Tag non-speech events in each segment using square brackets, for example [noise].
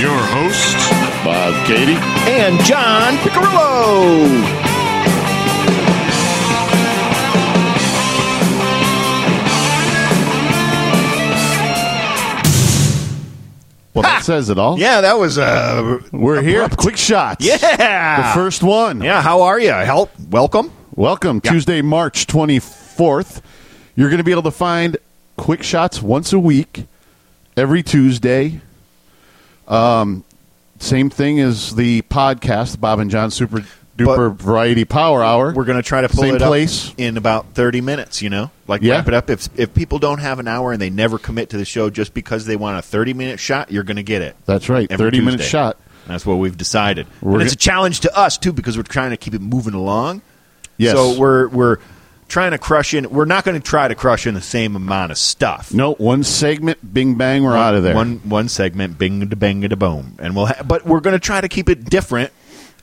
hosts, Bob Katie and John Picarillo. Well, that says it all. Yeah, that was uh, We're here. abrupt. Quick shots. The Yeah, first one. yeah. How are you? Help, welcome. Welcome, Tuesday, March 24th. You're going to be able to find quick shots once a week, every Tuesday. Um, same thing as the podcast, Bob and John Super Duper Variety Power Hour. We're going to try to pull Same it place. up in about thirty minutes. You know, like Yeah. wrap it up. If if people don't have an hour and they never commit to the show just because they want a thirty minute shot, you're going to get it. That's right. every 30 minute Tuesday. shot. That's what we've decided. We're and it's go- a challenge to us too because we're trying to keep it moving along. Yes. So we're we're trying to crush in. We're not going to try to crush in the same amount of stuff. No, one segment, bing bang, we're out of there. One one segment, bing da bang da boom, and we'll. Ha- but we're going to try to keep it different.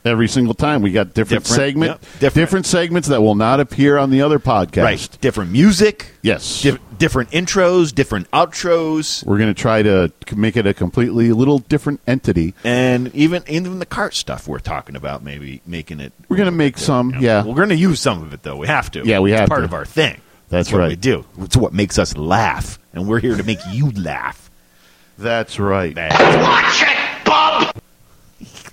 every single time. We got different, Different, segment, yep, different. segments that will not appear on the other podcast. Right. Different music. Yes. Di- different intros. Different outros. We're going to try to c- make it a completely little different entity. And even even the cart stuff we're talking about, maybe making it. We're going to make some, you know, yeah. we're going to use some of it though. We have to. Yeah, we It's have part to. of our thing. That's It's what right. We do. It's what makes us laugh, and we're here to make you laugh. That's right.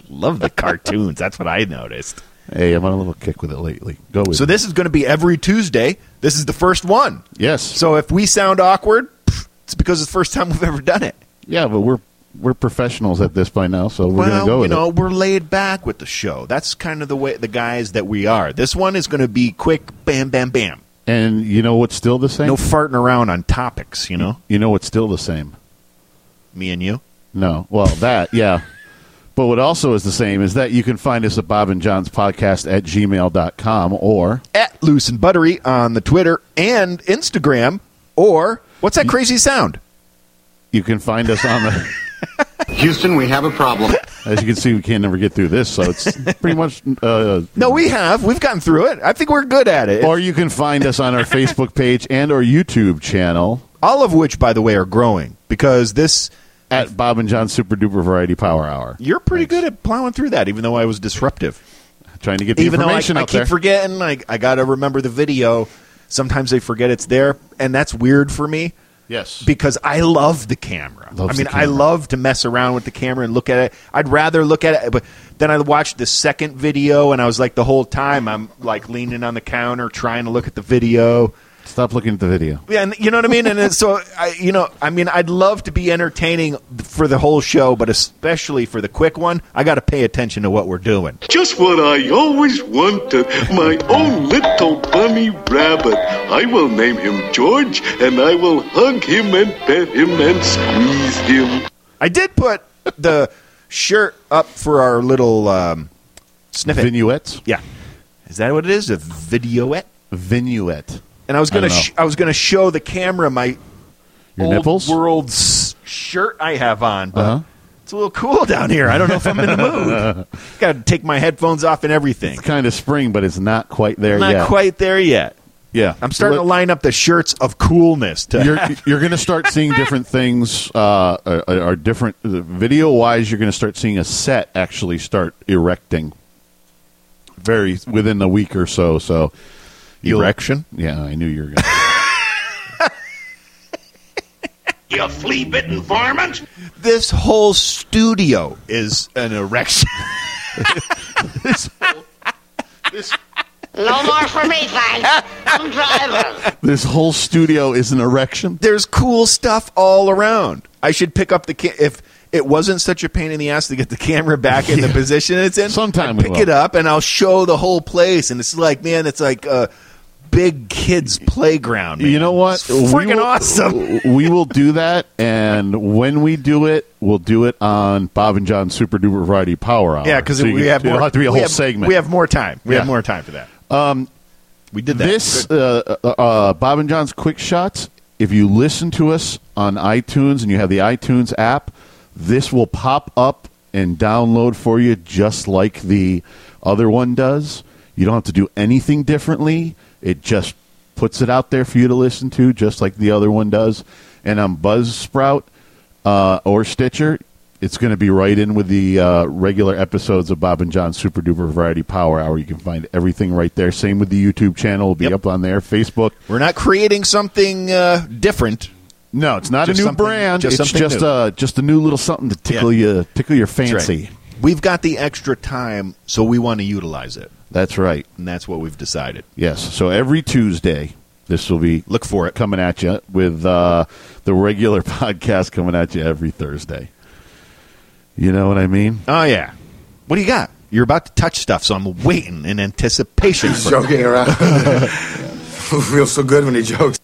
Love the [laughs] cartoons. That's what I noticed. Hey, I'm on a little kick with it lately. Go with So it. this is going to be every Tuesday. This is the first one. Yes. So if we sound awkward, pff, it's because it's the first [laughs] time we've ever done it. yeah, but we're we're professionals at this by now, so we're going well, to go you with know, it. we're laid back with the show. That's kind of the way the guys that we are. This one is going to be quick, bam, bam, bam. And you know what's still the same? No farting around on topics. You know, you know what's still the same? Mm-hmm. me and you. No. Well, that, yeah. But what also is the same is that you can find us at Bob and John's podcast at gmail.com or At loose and buttery on the Twitter and Instagram, or what's that crazy sound? you can find us on the. [laughs] Houston, we have a problem. As you can see, we can't never get through this, so it's pretty much. Uh, No, we have. We've gotten through it. I think we're good at it. Or you can find us on our Facebook page and our YouTube channel all of which, by the way, are growing because this. at Bob and John Super Duper Variety Power Hour. You're pretty good at plowing through that, even though I was disruptive. Trying to get the even though I, information I out keep there. forgetting, I, I got to remember the video. Sometimes I forget it's there, and that's weird for me yes. because I love the camera. Loves I mean, the camera. I love to mess around with the camera and look at it. I'd rather look at it, but then I watched the second video, and I was like, the whole time I'm like leaning on the counter trying to look at the video. Stop looking at the video. Yeah, and you know what I mean. And it's so, [laughs] I, you know, I mean, I'd love to be entertaining for the whole show, but especially for the quick one, I got to pay attention to what we're doing. Just what I always wanted, my own little bunny rabbit. I will name him George, and I will hug him and pet him and squeeze him. I did put the shirt up for our little um, snippet. Vignettes. yeah, is that what it is? A videoette. Vignette. And I was gonna, don't know. sh- I was gonna show the camera my Your old nipples? world s- shirt I have on, but Uh-huh. it's a little cool down here. I don't know if I'm in [laughs] the mood. got to take my headphones off and everything. It's kind of spring, but it's not quite there Not yet. quite there yet. Yeah. I'm starting Look, to line up the shirts of coolness. To You're, you're going to start seeing different things, uh, are, are different video wise. You're going to start seeing a set actually start erecting very within a week or so. So you'll- Erection? Yeah, I knew you were going [laughs] to. You flea bitten varmint! this whole studio is an erection. No more for me, [laughs] thanks. I'm driving. This whole studio is an erection. There's cool stuff all around. I should pick up the ca- if it wasn't such a pain in the ass to get the camera back in the position it's in. Sometime we I'd pick will. it up and I'll show the whole place, and it's like man, it's like a big kids playground. man. You know what? It's freaking We will- awesome. [laughs] we will do [laughs] that, and when we do it, we'll do it on Bob and John's Super Duper Variety Power Hour. [laughs] Yeah, because Oh, So you we can- have more. it'll have to be a we whole have- segment. We have more time. We Yeah. have more time for that. Um, we did that. this uh, uh, uh, Bob and John's Quick Shots. If you listen to us on iTunes and you have the iTunes app, this will pop up and download for you just like the other one does. You don't have to do anything differently. It just puts it out there for you to listen to, just like the other one does. And on Buzzsprout uh, or Stitcher, it's going to be right in with the uh, regular episodes of Bob and John's Super Duper Variety Power Hour. You can find everything right there. Same with the YouTube channel. It'll be Yep. up on there. Facebook. We're not creating something uh, different. No, it's not Just a new something- brand. just it's something just new. uh, just a new little something to tickle Yeah. you tickle your That's right. fancy. We've got the extra time, so we want to utilize it, That's right. and that's what we've decided. Yes. So every Tuesday, this will be Look for it. coming at you with uh, the regular [laughs] podcast coming at you every Thursday. You know what I mean? Oh yeah. What do you got? You're about to touch stuff, so I'm waiting in anticipation. For, [laughs] joking around. Feels so good when he jokes.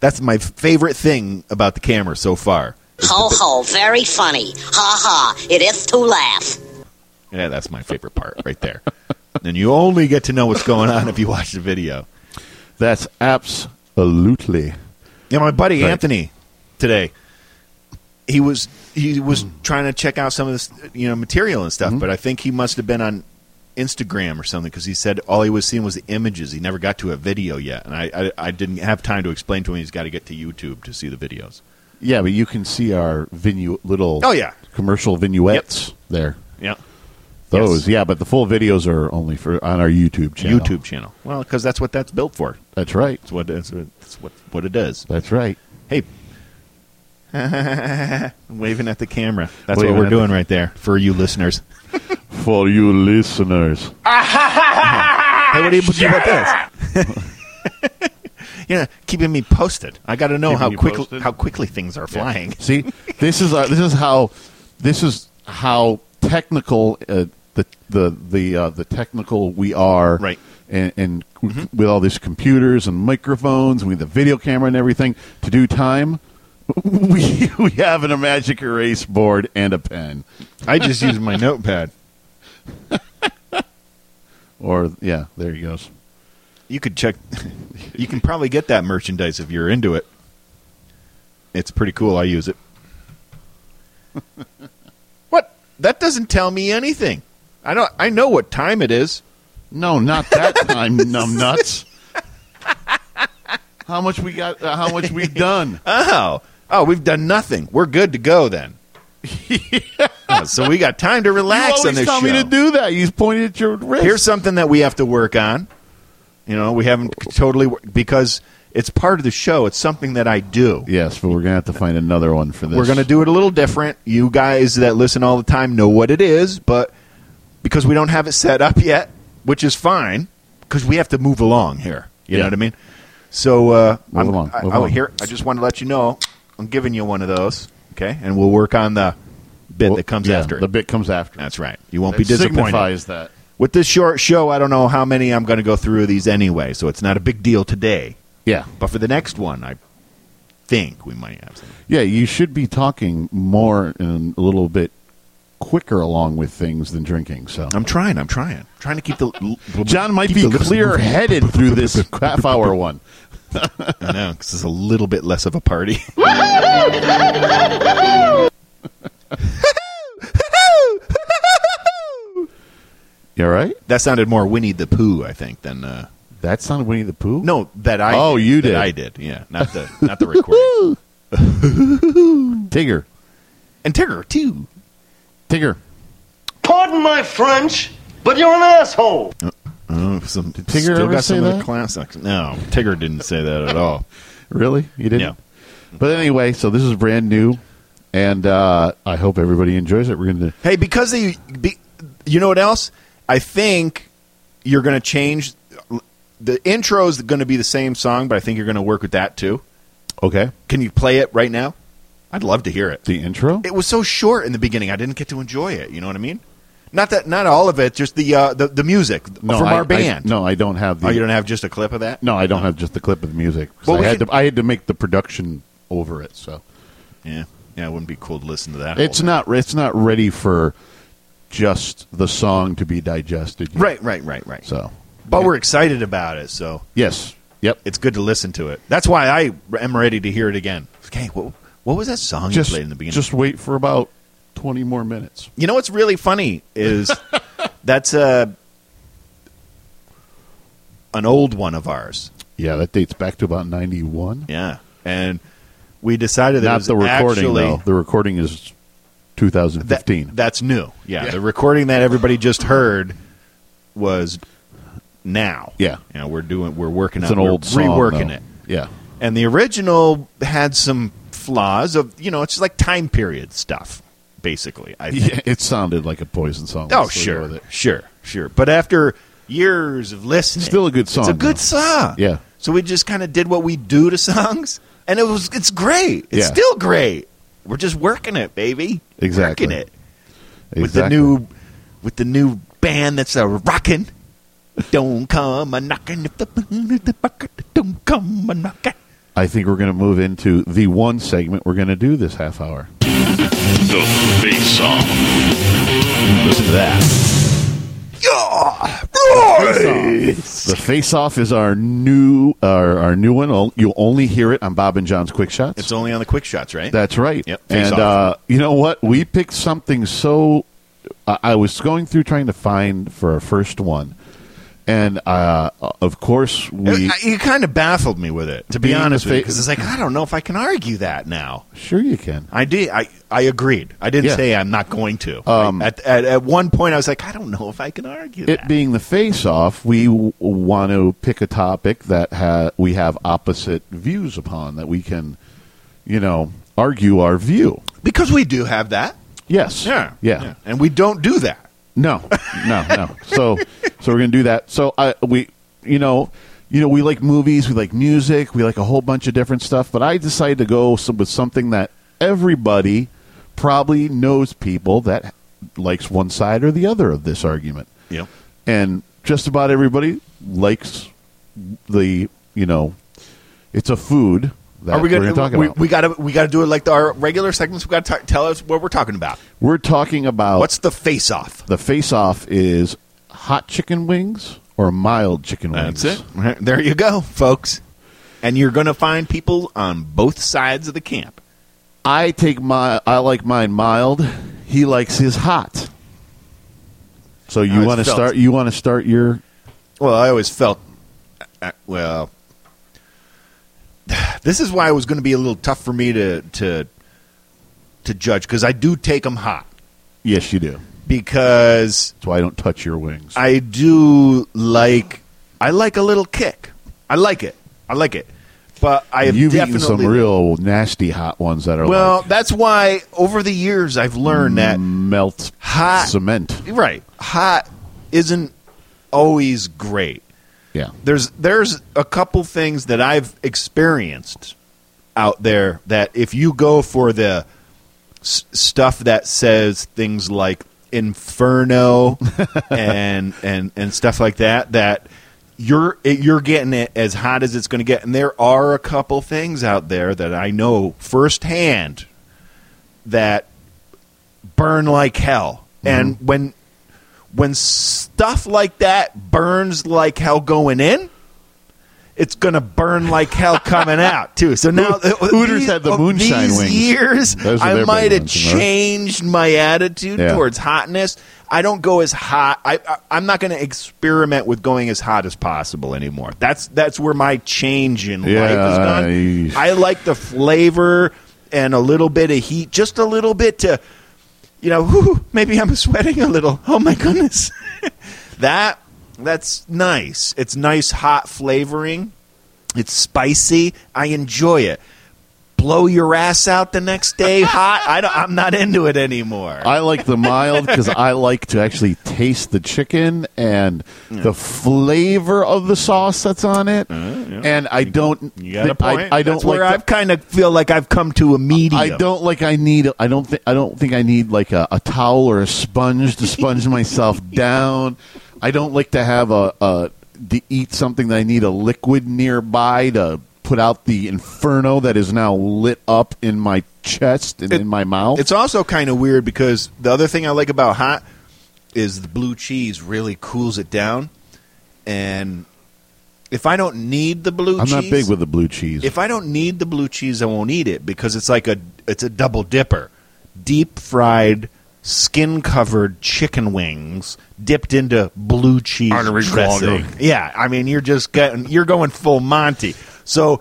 that's my favorite thing about the camera so far. Ho ho, very funny. Ha ha, it is to laugh. Yeah, that's my favorite part right there. and you only get to know what's going on if you watch the video. That's absolutely. Yeah, my buddy Right. Anthony today. He was he was trying to check out some of this you know material and stuff, but I think he must have been on Instagram or something because he said all he was seeing was the images. He never got to a video yet, and I I, I didn't have time to explain to him. He's got to get to YouTube to see the videos. Yeah, but you can see our vinu- little Oh, yeah. commercial vignettes there. Yeah, Those, yeah, but the full videos are only for on our YouTube channel. YouTube channel. Well, because that's what that's built for. That's right. That's what that's what that's what, what it is. That's right. Hey. [laughs] I'm waving at the camera. That's Waving what at we're the- doing right there for you listeners. For you [laughs] listeners. Hey, what do you do about this? you know, keeping me posted. I got to know Keeping how you quick posted? how quickly things are flying. [laughs] [laughs] See, this is our, this is how this is how technical uh, the the the uh, the technical we are, Right. Mm-hmm. And, and with all these computers and microphones, and with the video camera and everything to do time, [laughs] we we have an, a magic erase board and a pen, I just used my notepad. or yeah, there he goes. You could check. [laughs] You can probably get that merchandise if you're into it. It's pretty cool. I use it. [laughs] what? That doesn't tell me anything. I don't. I know what time it is. No, not [laughs] that time, numbnuts. How much we got? Uh, how much we've done? Oh, oh, we've done nothing. We're good to [laughs] go then. Oh, so we got time to you relax on always this tell show. me to do that. You pointed at your wrist. Here's something that we have to work on. You know, we haven't totally wor- because it's part of the show. It's something that I do. Yes, but we're gonna have to find another one for this. We're going to do it a little different. You guys that listen all the time know what it is, but because we don't have it set up yet, which is fine, because we have to move along here. You know Yeah. what I mean? So uh, Move I'm, along, I, move I- along. here. I just want to let you know I'm giving you one of those, okay? And we'll work on the bit that comes Yeah, after The it. bit comes after. That's right. You won't That be disappointed. Signifies that. With this short show, I don't know how many I'm going to go through of these anyway, so it's not a big deal today. Yeah, But for the next one, I think we might have some. yeah. You should be talking more and a little bit quicker along with things than drinking. So I'm trying. I'm trying. Trying to keep the John might keep be the listener clear moving. headed through this half hour one. I know because it's a little bit less of a party. [laughs] You all right? that sounded more Winnie the Pooh, I think, than uh, That's not Winnie the Pooh. no that I. Oh, you that did. I did. Yeah, not the not the recording. [laughs] Tigger. and Tigger too. Tigger. Pardon my French, but you're an asshole. Oh, some, did Tigger still ever got say some of that? the classics. No, Tigger didn't say that [laughs] at all. Really? You didn't. No. But anyway, so this is brand new, and uh, I hope everybody enjoys it. We're going to. Hey, because they, be, you know what else? I think you're going to change. The intro is going to be the same song, but I think you're going to work with that too. Okay. Can you play it right now? I'd love to hear it. The intro. It was so short in the beginning; I didn't get to enjoy it. You know what I mean? Not that, not all of it. Just the uh, the, the music from I, our band. I, no, I don't have the. oh, you don't have just a clip of that? No, I don't have just the clip of the music. 'cause Well, I we had could- to I had to make the production over it, so Yeah, yeah. It wouldn't be cool to listen to that. it's whole- not it's not ready for just the song to be digested. yet. right, right, right, right. So but we're excited about it, so yes, yep. it's good to listen to it. That's why I am ready to hear it again. Okay, what what was that song just you played in the beginning? just wait for about twenty more minutes. you know what's really funny is [laughs] that's a an old one of ours. Yeah, that dates back to about ninety one. Yeah, and we decided that it Not was the recording actually, though. The recording is That- 2015. that's new. Yeah, the recording that everybody just heard was now. Yeah. you know, we're doing we're working it's on an old song. reworking though. it. [laughs] Yeah. And the original had some flaws of you know it's just like time period stuff basically. I think. yeah. It sounded like a Poison song. [laughs] Oh Let's leave it sure, with it. sure, sure. But after years of listening, Still a good It's a song, good though. song. Yeah. So we just kind of did what we do to [laughs] songs, and it was it's great. Yeah. It's still great. We're just working it, baby. Exactly. Working it with the Exactly. new with the new band that's a rocking. Don't come a knocking if the moon is the bucket. Don't come a knocking. I think we're going to move into the one segment we're going to do this half hour. The face song. Listen to that. The Face Off is our new our, our new one. Ol- You'll only hear it on Bob and John's Quick Shots. It's only on the quick shots, right? That's right. Yep, Face And Off. uh, you know what? We picked something so. I I was going through trying to find for our first one, and uh, of course we. I- you kind of baffled me with it, to be Being the honest with you, fa- because it's like I don't know if I can argue that now. sure, you can. I did. I, I agreed. I didn't Yeah. Um, say I'm not going to. I- at, at at one point, I was like, I don't know if I can argue It that. being the face off, we w- want to pick a topic that ha- we have opposite views upon that we can, you know, argue our view. because we do have that. Yes. Yeah. and we don't do that. No, no, no. so, so we're gonna do that. So, I we, you know, you know, we like movies, we like music, we like a whole bunch of different stuff. But I decided to go some, with something that everybody probably knows people that likes one side or the other of this argument, Yep. and just about everybody likes the, you know, it's a food that Are we we are going gonna, to talk we, about. we gotta we gotta do it like the, our regular segments. We gotta t- tell us what we're talking about. we're talking about What's the face off? the face off is hot chicken wings or mild chicken wings. There you go, folks. And you're gonna find people on both sides of the camp. I take my I like mine mild. He likes his hot. So you it's want to felt. start you want to start your Well, I always felt, uh, well, [sighs] this is why it was going to be a little tough for me to to to judge because I do take them hot Yes, you do. because That's why I don't touch your wings. I do like I like a little kick. I like it. I like it. But I have You've eaten definitely some real nasty hot ones that are well. like That's why over the years I've learned that Mm. melt Hot. cement. right hot isn't always great. Yeah. there's there's a couple things that I've experienced out there that if you go for the s- stuff that says things like inferno and and and stuff like that that you're it- you're getting it as hot as it's going to get and there are a couple things out there that I know firsthand that burn like hell Mm-hmm. and when when stuff like that burns like hell going in, it's going to burn like [laughs] hell coming out too. So now Hooters had the of moonshine these wings. Years, Those were I their might big have ones, remember? changed my attitude Yeah. towards hotness. I don't go as hot. I, I I'm not going to experiment with going as hot as possible anymore. That's that's where my change in life is Yeah, gone. I- I like the flavor and a little bit of heat, just a little bit to, you know, whew, maybe I'm sweating a little. Oh my goodness, [laughs] that that's nice. It's nice hot flavoring. It's spicy. I enjoy it. Blow your ass out the next day, hot. I don't, I'm not into it anymore. I like the mild because I like to actually taste the chicken and the flavor of the sauce that's on it, and I don't. Uh, You got a point. I, I don't That's like. where the- I've kind of feel like I've come to a medium. I don't like. I need. I don't think. I don't think I need like a, a towel or a sponge to [laughs] sponge myself down. I don't like to have a, a to eat something that I need a liquid nearby to put out the inferno that is now lit up in my chest and in my mouth. It's also kind of weird because the other thing I like about hot is the blue cheese really cools it down. And if I don't need the blue I'm cheese, not big with the blue cheese. if I don't need the blue cheese, I won't eat it because it's like a it's a double dipper, deep fried, skin covered chicken wings dipped into blue cheese dressing. Yeah, I mean you're just getting you're going full Monty. So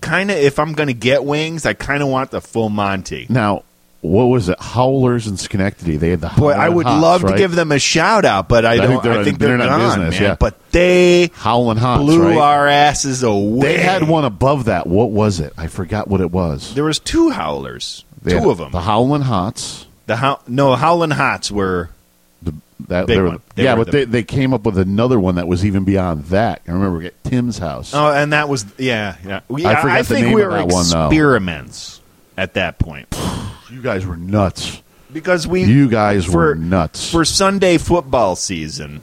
kind of if I'm going to get wings, I kind of want the full Monty. now, what was it? Howlers in Schenectady. They had the Boy, Howlin' I would Hots, love right? to give them a shout out, but I, I don't. think they're- I think they're they're not gone, business, man. yeah. But they Howlin' Hots. blew right? our asses away. They had one above that. What was it? I forgot what it was. There was two howlers. They had two of them. The Howlin' Hots. The how- no Howlin' Hots were That Big they were, one. They yeah, were but the- they, they came up with another one that was even beyond that. I remember we were at Tim's house. oh, and that was yeah yeah. We- I forgot the think name we of were that one, though. experiments at that point You guys were nuts. because we You guys for, were nuts. for Sunday football season.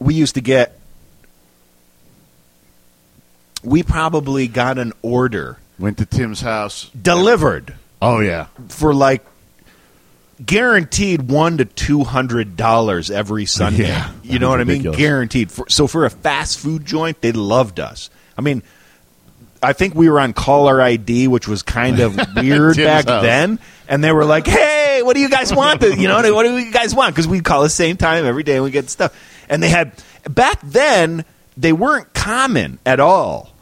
We used to get. We probably got an order Went to Tim's house. delivered Oh yeah, for like guaranteed one to two hundred dollars every Sunday. Yeah, you that know was what I ridiculous. mean? Guaranteed. For, so for a fast food joint, they loved us. I mean, I think we were on caller ID, which was [laughs] kind of weird Tim's back house. then, and they were like, "Hey, what do you guys want? To, you know, what do you guys want?" Because we call the same time every day and we get stuff. And they had back then they weren't common at all,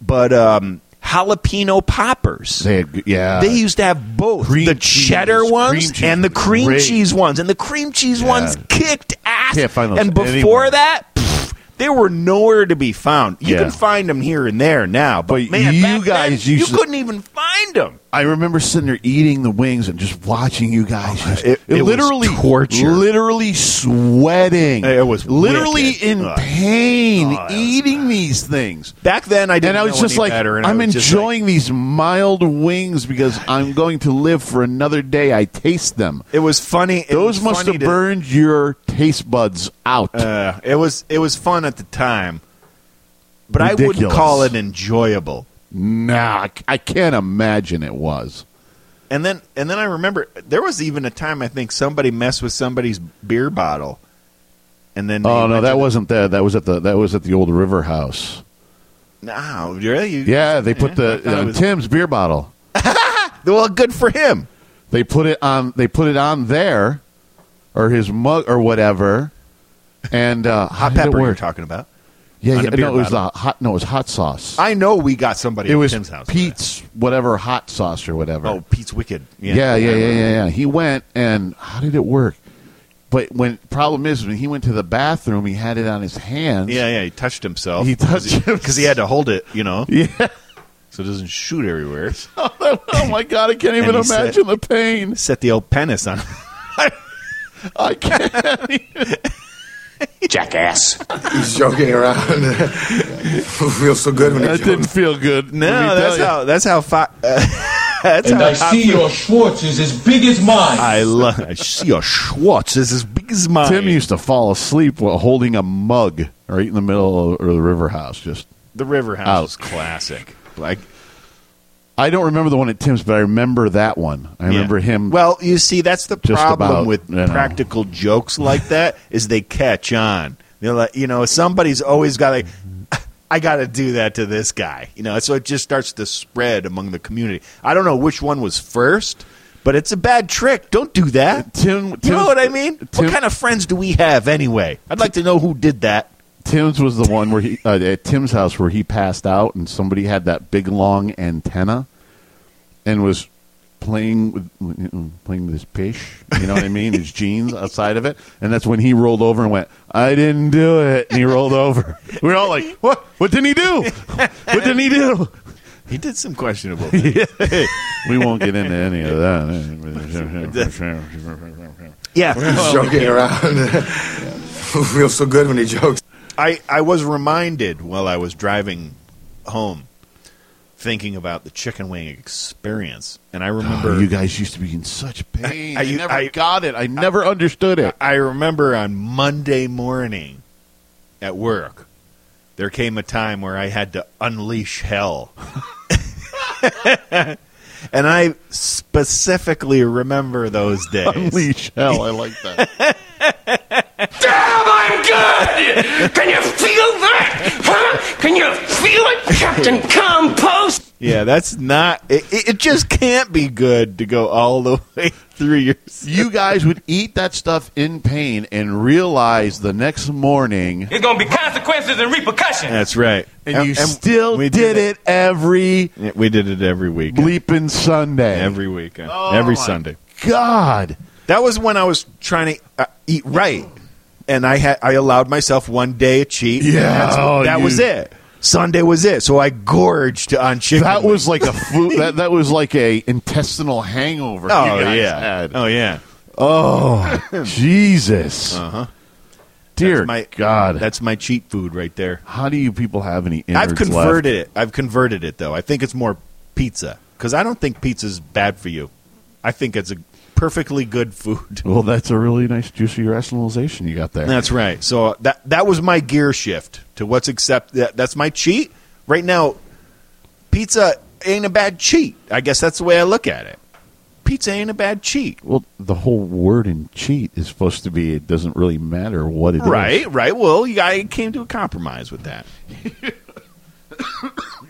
but um, jalapeno poppers. they had yeah. They used to have both Cream the cheese, cheddar cream ones cheese and the was cream great. cheese ones, and the cream cheese Yeah. ones kicked ass. Can't find those and before anywhere. that, pff, they were nowhere to be found. You Yeah. can find them here and there now, but, But man, you back then, guys you used to- couldn't even find them. I remember sitting there eating the wings and just watching you guys. just- Oh, it- it was literally torture. literally sweating. It was literally wicked. in Ugh. pain Oh, that was eating these things. Back then, I didn't. and I was know just any like, better, and I I'm was just enjoying these mild wings [laughs] because I'm going to live for another day. I taste them. like- it was funny. it Those was must funny have to- burned your taste buds out. Uh, it was it was fun at the time, but I wouldn't Ridiculous. call it enjoyable. nah, I c- I can't imagine it was. And then and then I remember there was even a time I think somebody messed with somebody's beer bottle. And then Oh no, that was wasn't there. That was at the that was at the old River House. no, really? You- Yeah, they put I the thought it uh, was- Tim's beer bottle. Well, good for him. They put it on. They put it on there, or his mug, or whatever. And [laughs] uh, how Hot did it pepper you're work? talking about. Yeah, on yeah the no, beer it was the hot. No, it was hot sauce. I know we got somebody it at was Tim's house. for that. Pete's whatever hot sauce or whatever. Oh, Pete's wicked. yeah, yeah, yeah, yeah, yeah. He went and how did it work? But when problem is when he went to the bathroom, he had it on his hands. Yeah, yeah, he touched himself. He touched because he had to hold it, you know, [laughs] yeah. so it doesn't shoot everywhere. [laughs] oh my god, I can't even he said- imagine the pain. Set the old penis on. I [laughs] can't. Jackass. He's joking around. [laughs] Feels so good when he That jokes. didn't [laughs] feel good. Let no, me that's tell how. That's how. Fi- [laughs] that's And how I see your Schwartz is as big as mine. I love. I see a Schwartz is as big as mine. Tim used to fall asleep while holding a mug right in the middle of or the river house. Just the River House Ouch. was classic. Oh. Like I don't remember the one at Tim's, but I remember that one. I remember yeah. him. Well, you see, that's the Just problem about, with you know. practical jokes like that [laughs] is they catch on. They're like, you know, somebody's always got like, [laughs] I got to do that to this guy. You know, so it just starts to spread among the community. I don't know which one was first. But it's a bad trick. Don't do that. Uh, Tim- you Tim- uh, know what I mean? Tim- what kind of friends do we have anyway? I'd like to know who did that. Tim's was the one where he uh, at Tim's house where he passed out and somebody had that big long antenna and was playing with you know, playing with his pish, you know what I mean, [laughs] his jeans outside of it, and that's when he rolled over and went, "I didn't do it," and he rolled over. [laughs] We were all like, "What? What didn't he do? What didn't he do?" He did [laughs] some questionable. things. We won't get into any of that. yeah. He's joking around. [laughs] Feels so good when he jokes. I, I was reminded while I was driving home, thinking about the chicken wing experience, and I remember Oh, you guys used to be in such pain. I- I, I- never I- got it. I never understood it. I remember on Monday morning at work, there came a time where I had to unleash hell. [laughs] and I specifically remember those days. [laughs] Unleash hell. I like that. Damn, I'm good! Can you feel that? Huh? Can you feel it, Captain Compost? Yeah, that's not. It, it it just can't be good to go all the [laughs] way through your. You guys would eat that stuff in pain and realize the next morning, It's gonna be consequences and repercussions. That's right. and you still did, it every Yeah, we did it every week. bleeping Sunday. Every week. every Sunday. God. Oh That was when I was trying to uh, eat right, and I had I allowed myself one day a cheat. and Yeah. that's- Oh, that you- was it. Sunday was it. So I gorged on chicken. That wings. was like a [laughs] flu- that, that was like a intestinal hangover. oh you guys yeah. had. Oh yeah. Jesus. Dear That's my- God, That's my cheat food right there. how do you people have any? innards I've left? converted it. I've converted it though. I think it's more pizza because I don't think pizza's bad for you. I think it's a perfectly good food. Well, that's a really nice juicy rationalization you got there. That's right. So that that was my gear shift to what's accept. That, that's my cheat right now. Pizza ain't a bad cheat. I guess that's the way I look at it. Pizza ain't a bad cheat. well, the whole word in cheat is supposed to be. It doesn't really matter what it is. Right, right. Well, you, I came to a compromise with that.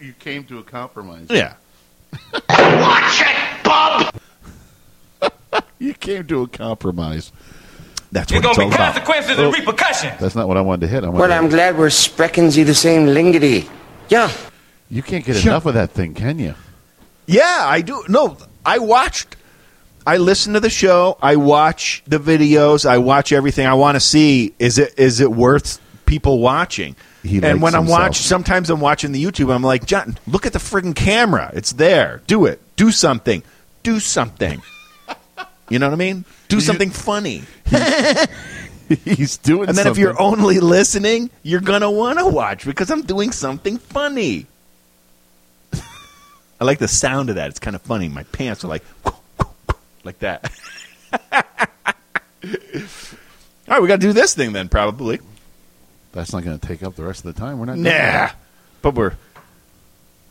You came to a compromise. Yeah. You came to a compromise. That's It's what it's gonna all be about. consequences and repercussions. That's not what I wanted to hit. I wanted Well, to- I'm glad we're sprechen Sie the same lingity. Yeah. you can't get enough of that thing, can you? [laughs] Yeah, I do. No, I watched. I listen to the show. I watch the videos. I watch everything. I want to see is it is it worth people watching? He and likes when I'm himself. watch, sometimes I'm watching the YouTube. I'm like, John, look at the friggin' camera. It's there. Do it. Do something. [laughs] Do something. you know what I mean? Do something funny. He's doing. And then if something. you're only listening, you're gonna want to watch because I'm doing something funny. [laughs] I like the sound of that. It's kind of funny. My pants are like [laughs] like that. [laughs] All right, we got to do this thing then, probably. that's not going to take up the rest of the time. We're not. done Nah, yet. but we're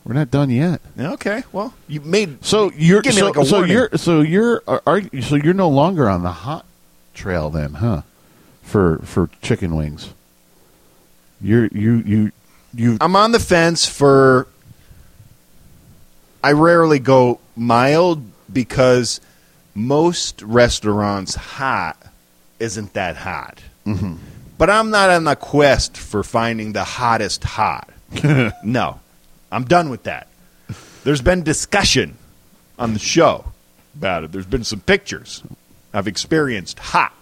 we're not done yet. okay. Well, you made So you're Give me, so, like, a so warning. you're so you're are, are, so you're no longer on the hot trail then, huh? For for chicken wings. You're you you you I'm on the fence for. I rarely go mild because most restaurants hot isn't that hot. Mm-hmm. But I'm not on the quest for finding the hottest [laughs] hot. no, I'm done with that. There's been discussion on the show about it. There's been some pictures. I've experienced hot.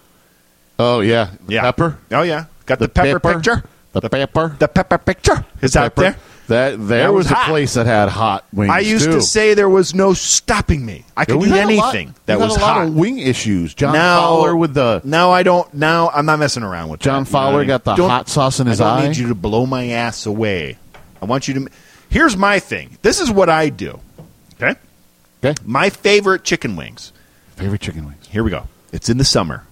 oh yeah the Yeah. pepper Oh yeah, got the, pepper, picture. the, pepper The pepper picture is out pepper. there. that there That was was, a hot. place that had hot wings. I used too. to say there was no stopping me. I Yeah, could we eat had a lot- anything that we had was a lot hot. of wing issues. John now, Fowler with the now I don't. Now I'm not messing around with John that, you know what Fowler I mean? got the Don't- hot sauce in his I don't eye. need you to blow my ass away. I want you to. Here's my thing. This is what I do. Okay. Okay. My favorite chicken wings. Favorite chicken wings. Here we go. It's in the summer.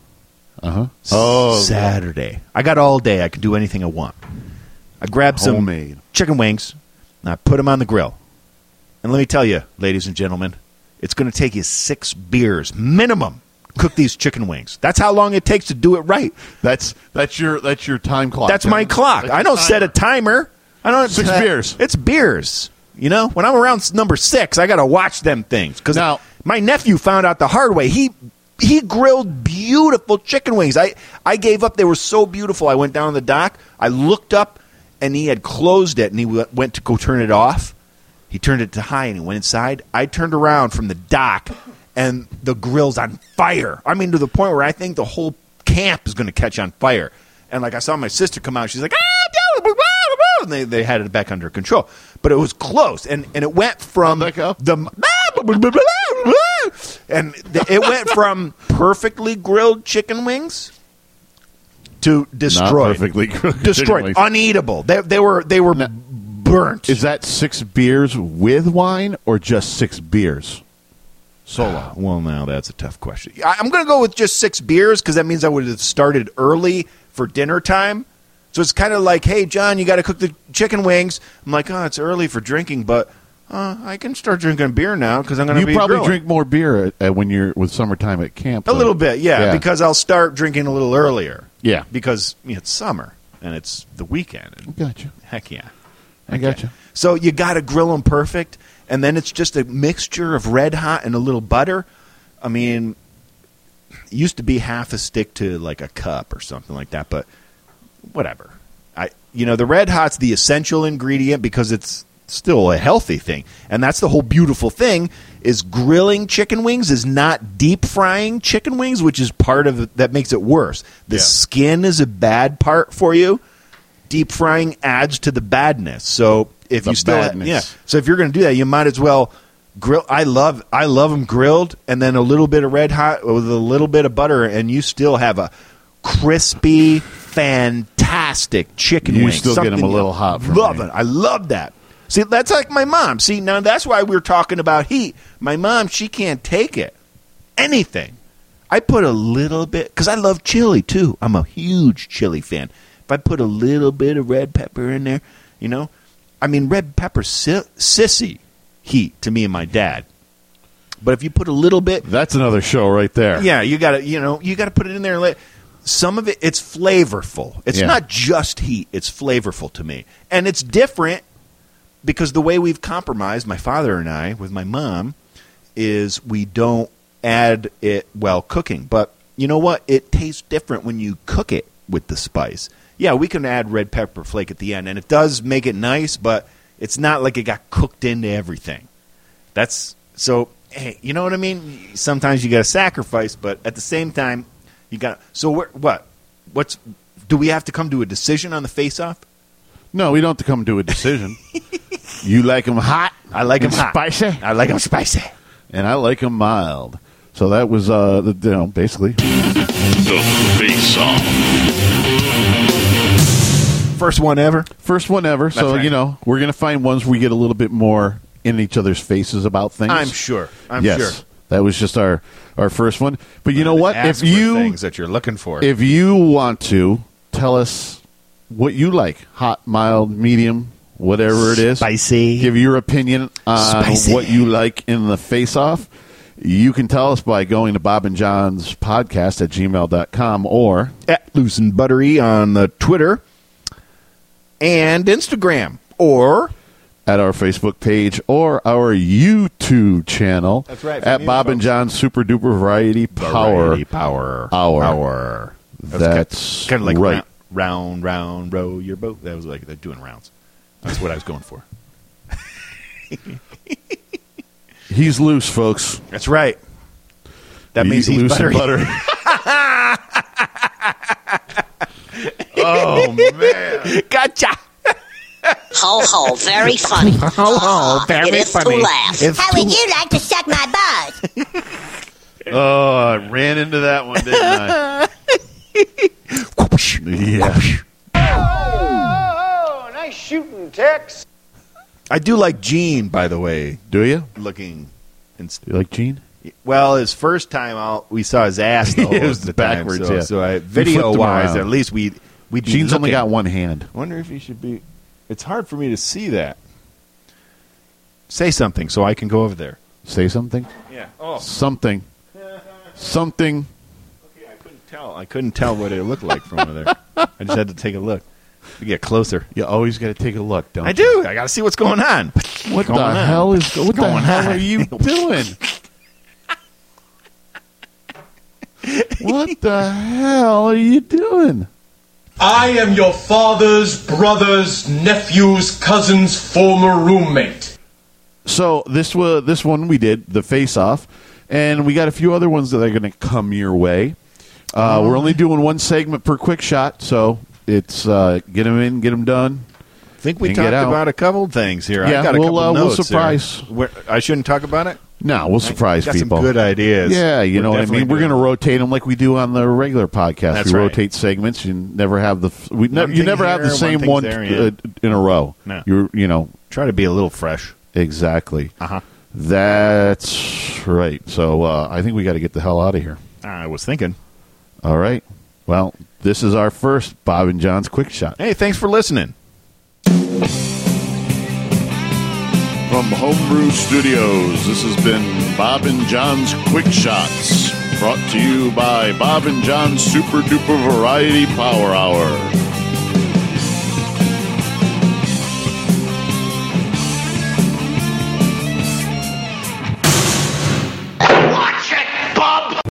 Uh huh. Oh, Uh-huh. Saturday. I got all day. I can do anything I want. I grab some Homemade. chicken wings and I put them on the grill. And let me tell you, ladies and gentlemen, it's going to take you six beers minimum to cook these chicken wings. That's how long it takes to do it right. that's that's your that's your time clock. That's my clock. That's your I don't set a timer. timer. I don't Six beers. It's beers. You know, when I'm around s- number six, I got to watch them things because Now- my nephew found out the hard way. He he grilled beautiful chicken wings. I I gave up. They were so beautiful. I went down on the dock. I looked up, and he had closed it, and he w- went to go turn it off. He turned it to high, and he went inside. I turned around from the dock, and the grill's on fire. I mean, to the point where I think the whole camp is going to catch on fire. And like I saw my sister come out, she's like, ah, blah, blah, blah," and they, they had it back under control. But it was close, and, and it went from Back up? the and th- it went from perfectly grilled chicken wings to destroyed, perfectly grilled chicken destroyed, wings. uneatable. They, they were they were burnt. Is that six beers with wine or just six beers solo? Well, now that's a tough question. I, I'm going to go with just six beers because that means I would have started early for dinner time. So it's kind of like, hey, John, you got to cook the chicken wings. I'm like, oh, it's early for drinking, but uh, I can start drinking beer now because I'm going to You be probably grilling. drink more beer at, at, when you're with summertime at camp. a though. little bit, yeah, Yeah. because I'll start drinking a little earlier. Yeah. because you know, it's summer and it's the weekend. And Gotcha. heck yeah, I got you. So you got to grill them perfect, and then it's just a mixture of red hot and a little butter. I mean, it used to be half a stick to like a cup or something like that, but whatever. I you know the red hot's the essential ingredient because it's still a healthy thing, and that's the whole beautiful thing is grilling chicken wings is not deep frying chicken wings, which is part of it that makes it worse. The Yeah. skin is a bad part for you deep frying adds to the badness. So if The you still badness. yeah, so if you're going to do that, you might as well grill. I love I love them grilled, and then a little bit of red hot with a little bit of butter, and you still have a crispy, fantastic chicken You wing. still get 'em a Something you little hot from Love me. it. I love that. See, that's like my mom. See, now that's why we were talking about heat. My mom, she can't take it. Anything. I put a little bit because I love chili too. I'm a huge chili fan. If I put a little bit of red pepper in there, you know, I mean, red pepper si- sissy heat to me and my dad. But if you put a little bit, That's another show right there. yeah, you got to you know you got to put it in there. And let some of it it's flavorful. It's Yeah. not just heat. It's flavorful to me, and it's different because the way we've compromised, my father and I, with my mom, is we don't add it while cooking. But you know what? It tastes different when you cook it with the spice. Yeah, we can add red pepper flake at the end, and it does make it nice, but it's not like it got cooked into everything. That's so. Hey, you know what I mean? Sometimes you got to sacrifice, but at the same time, you got. So where, what? What's? Do we have to come to a decision on the face-off? No, we don't have to come to a [laughs] decision. you like them hot. I like and them hot. spicy. I like them spicy. and I like them mild. So that was uh, the, you know, basically The Face Off. First one ever. first one ever. so right. you know, we're gonna find ones we get a little bit more in each other's faces about things. I'm sure. I'm yes, sure. that was just our our first one. But you know what? Ask If for you things that you're looking for, if you want to tell us what you like, hot, mild, medium, whatever it is, Spicy. Give your opinion on Spicy. what you like in the face off. You can tell us by going to Bob and John's podcast at gmail.com or at loose and buttery on the Twitter and Instagram, or at our Facebook page or our YouTube channel. That's right, from At you Bob and folks. John's Super Duper Variety Power Variety power Hour. hour. That's kind of like right. round, round, round, row your boat. That was like they're doing rounds. That's what I was going for. He's loose, folks. That's right. That He's means he's loose buttery. and [laughs] buttery. oh man. gotcha. Ho ho, very [laughs] funny. Ho ho, it is to laugh. It's too- you like to suck my balls? Oh, I ran into that one, didn't I? [laughs] yeah. I do like Gene, by the way, Do you? looking. And You like Gene? well, his first time out, we saw his ass. The [laughs] whole It was the backwards, Time, so, yeah. so I, We flipped him video wise, around. at least we we Gene's only got one hand. Wonder if he should be. It's hard for me to see that. Say something so I can go over there. Say something. Yeah. Oh. Something. Something. I couldn't tell. I couldn't tell what it looked like from over there. I just had to take a look. To get closer. You always got to take a look, don't I you? do. I got to see what's going on. What Going the on. hell is what the Going hell on. are [laughs] you doing? what the hell are you doing? I am your father's brother's nephew's cousin's former roommate. So this was this one we did the face off, and we got a few other ones that are going to come your way. Uh, Oh. We're only doing one segment per quick shot, so it's uh, get them in, get them done. I think we And talked get out. about a couple things here. Yeah, I got a we'll, couple uh, we'll notes here. surprise. Where- I shouldn't talk about it. No, we'll surprise got people. Some good ideas. Yeah, you We're know what I definitely mean. We're doing- going to rotate them like we do on the regular podcast. That's we right. rotate segments. You never have the f- we ne- One you thing never have the here, one same thing's one, there, t- uh, in a row. No. You you know try to be a little fresh. exactly. Uh-huh. That's right. So uh, I think we got to get the hell out of here. I was thinking. All right. Well, this is our first Bob and John's quick shot Hey, thanks for listening. from Homebrew Studios. This has been Bob and John's quick shots, brought to you by Bob and John's Super Duper Variety Power Hour.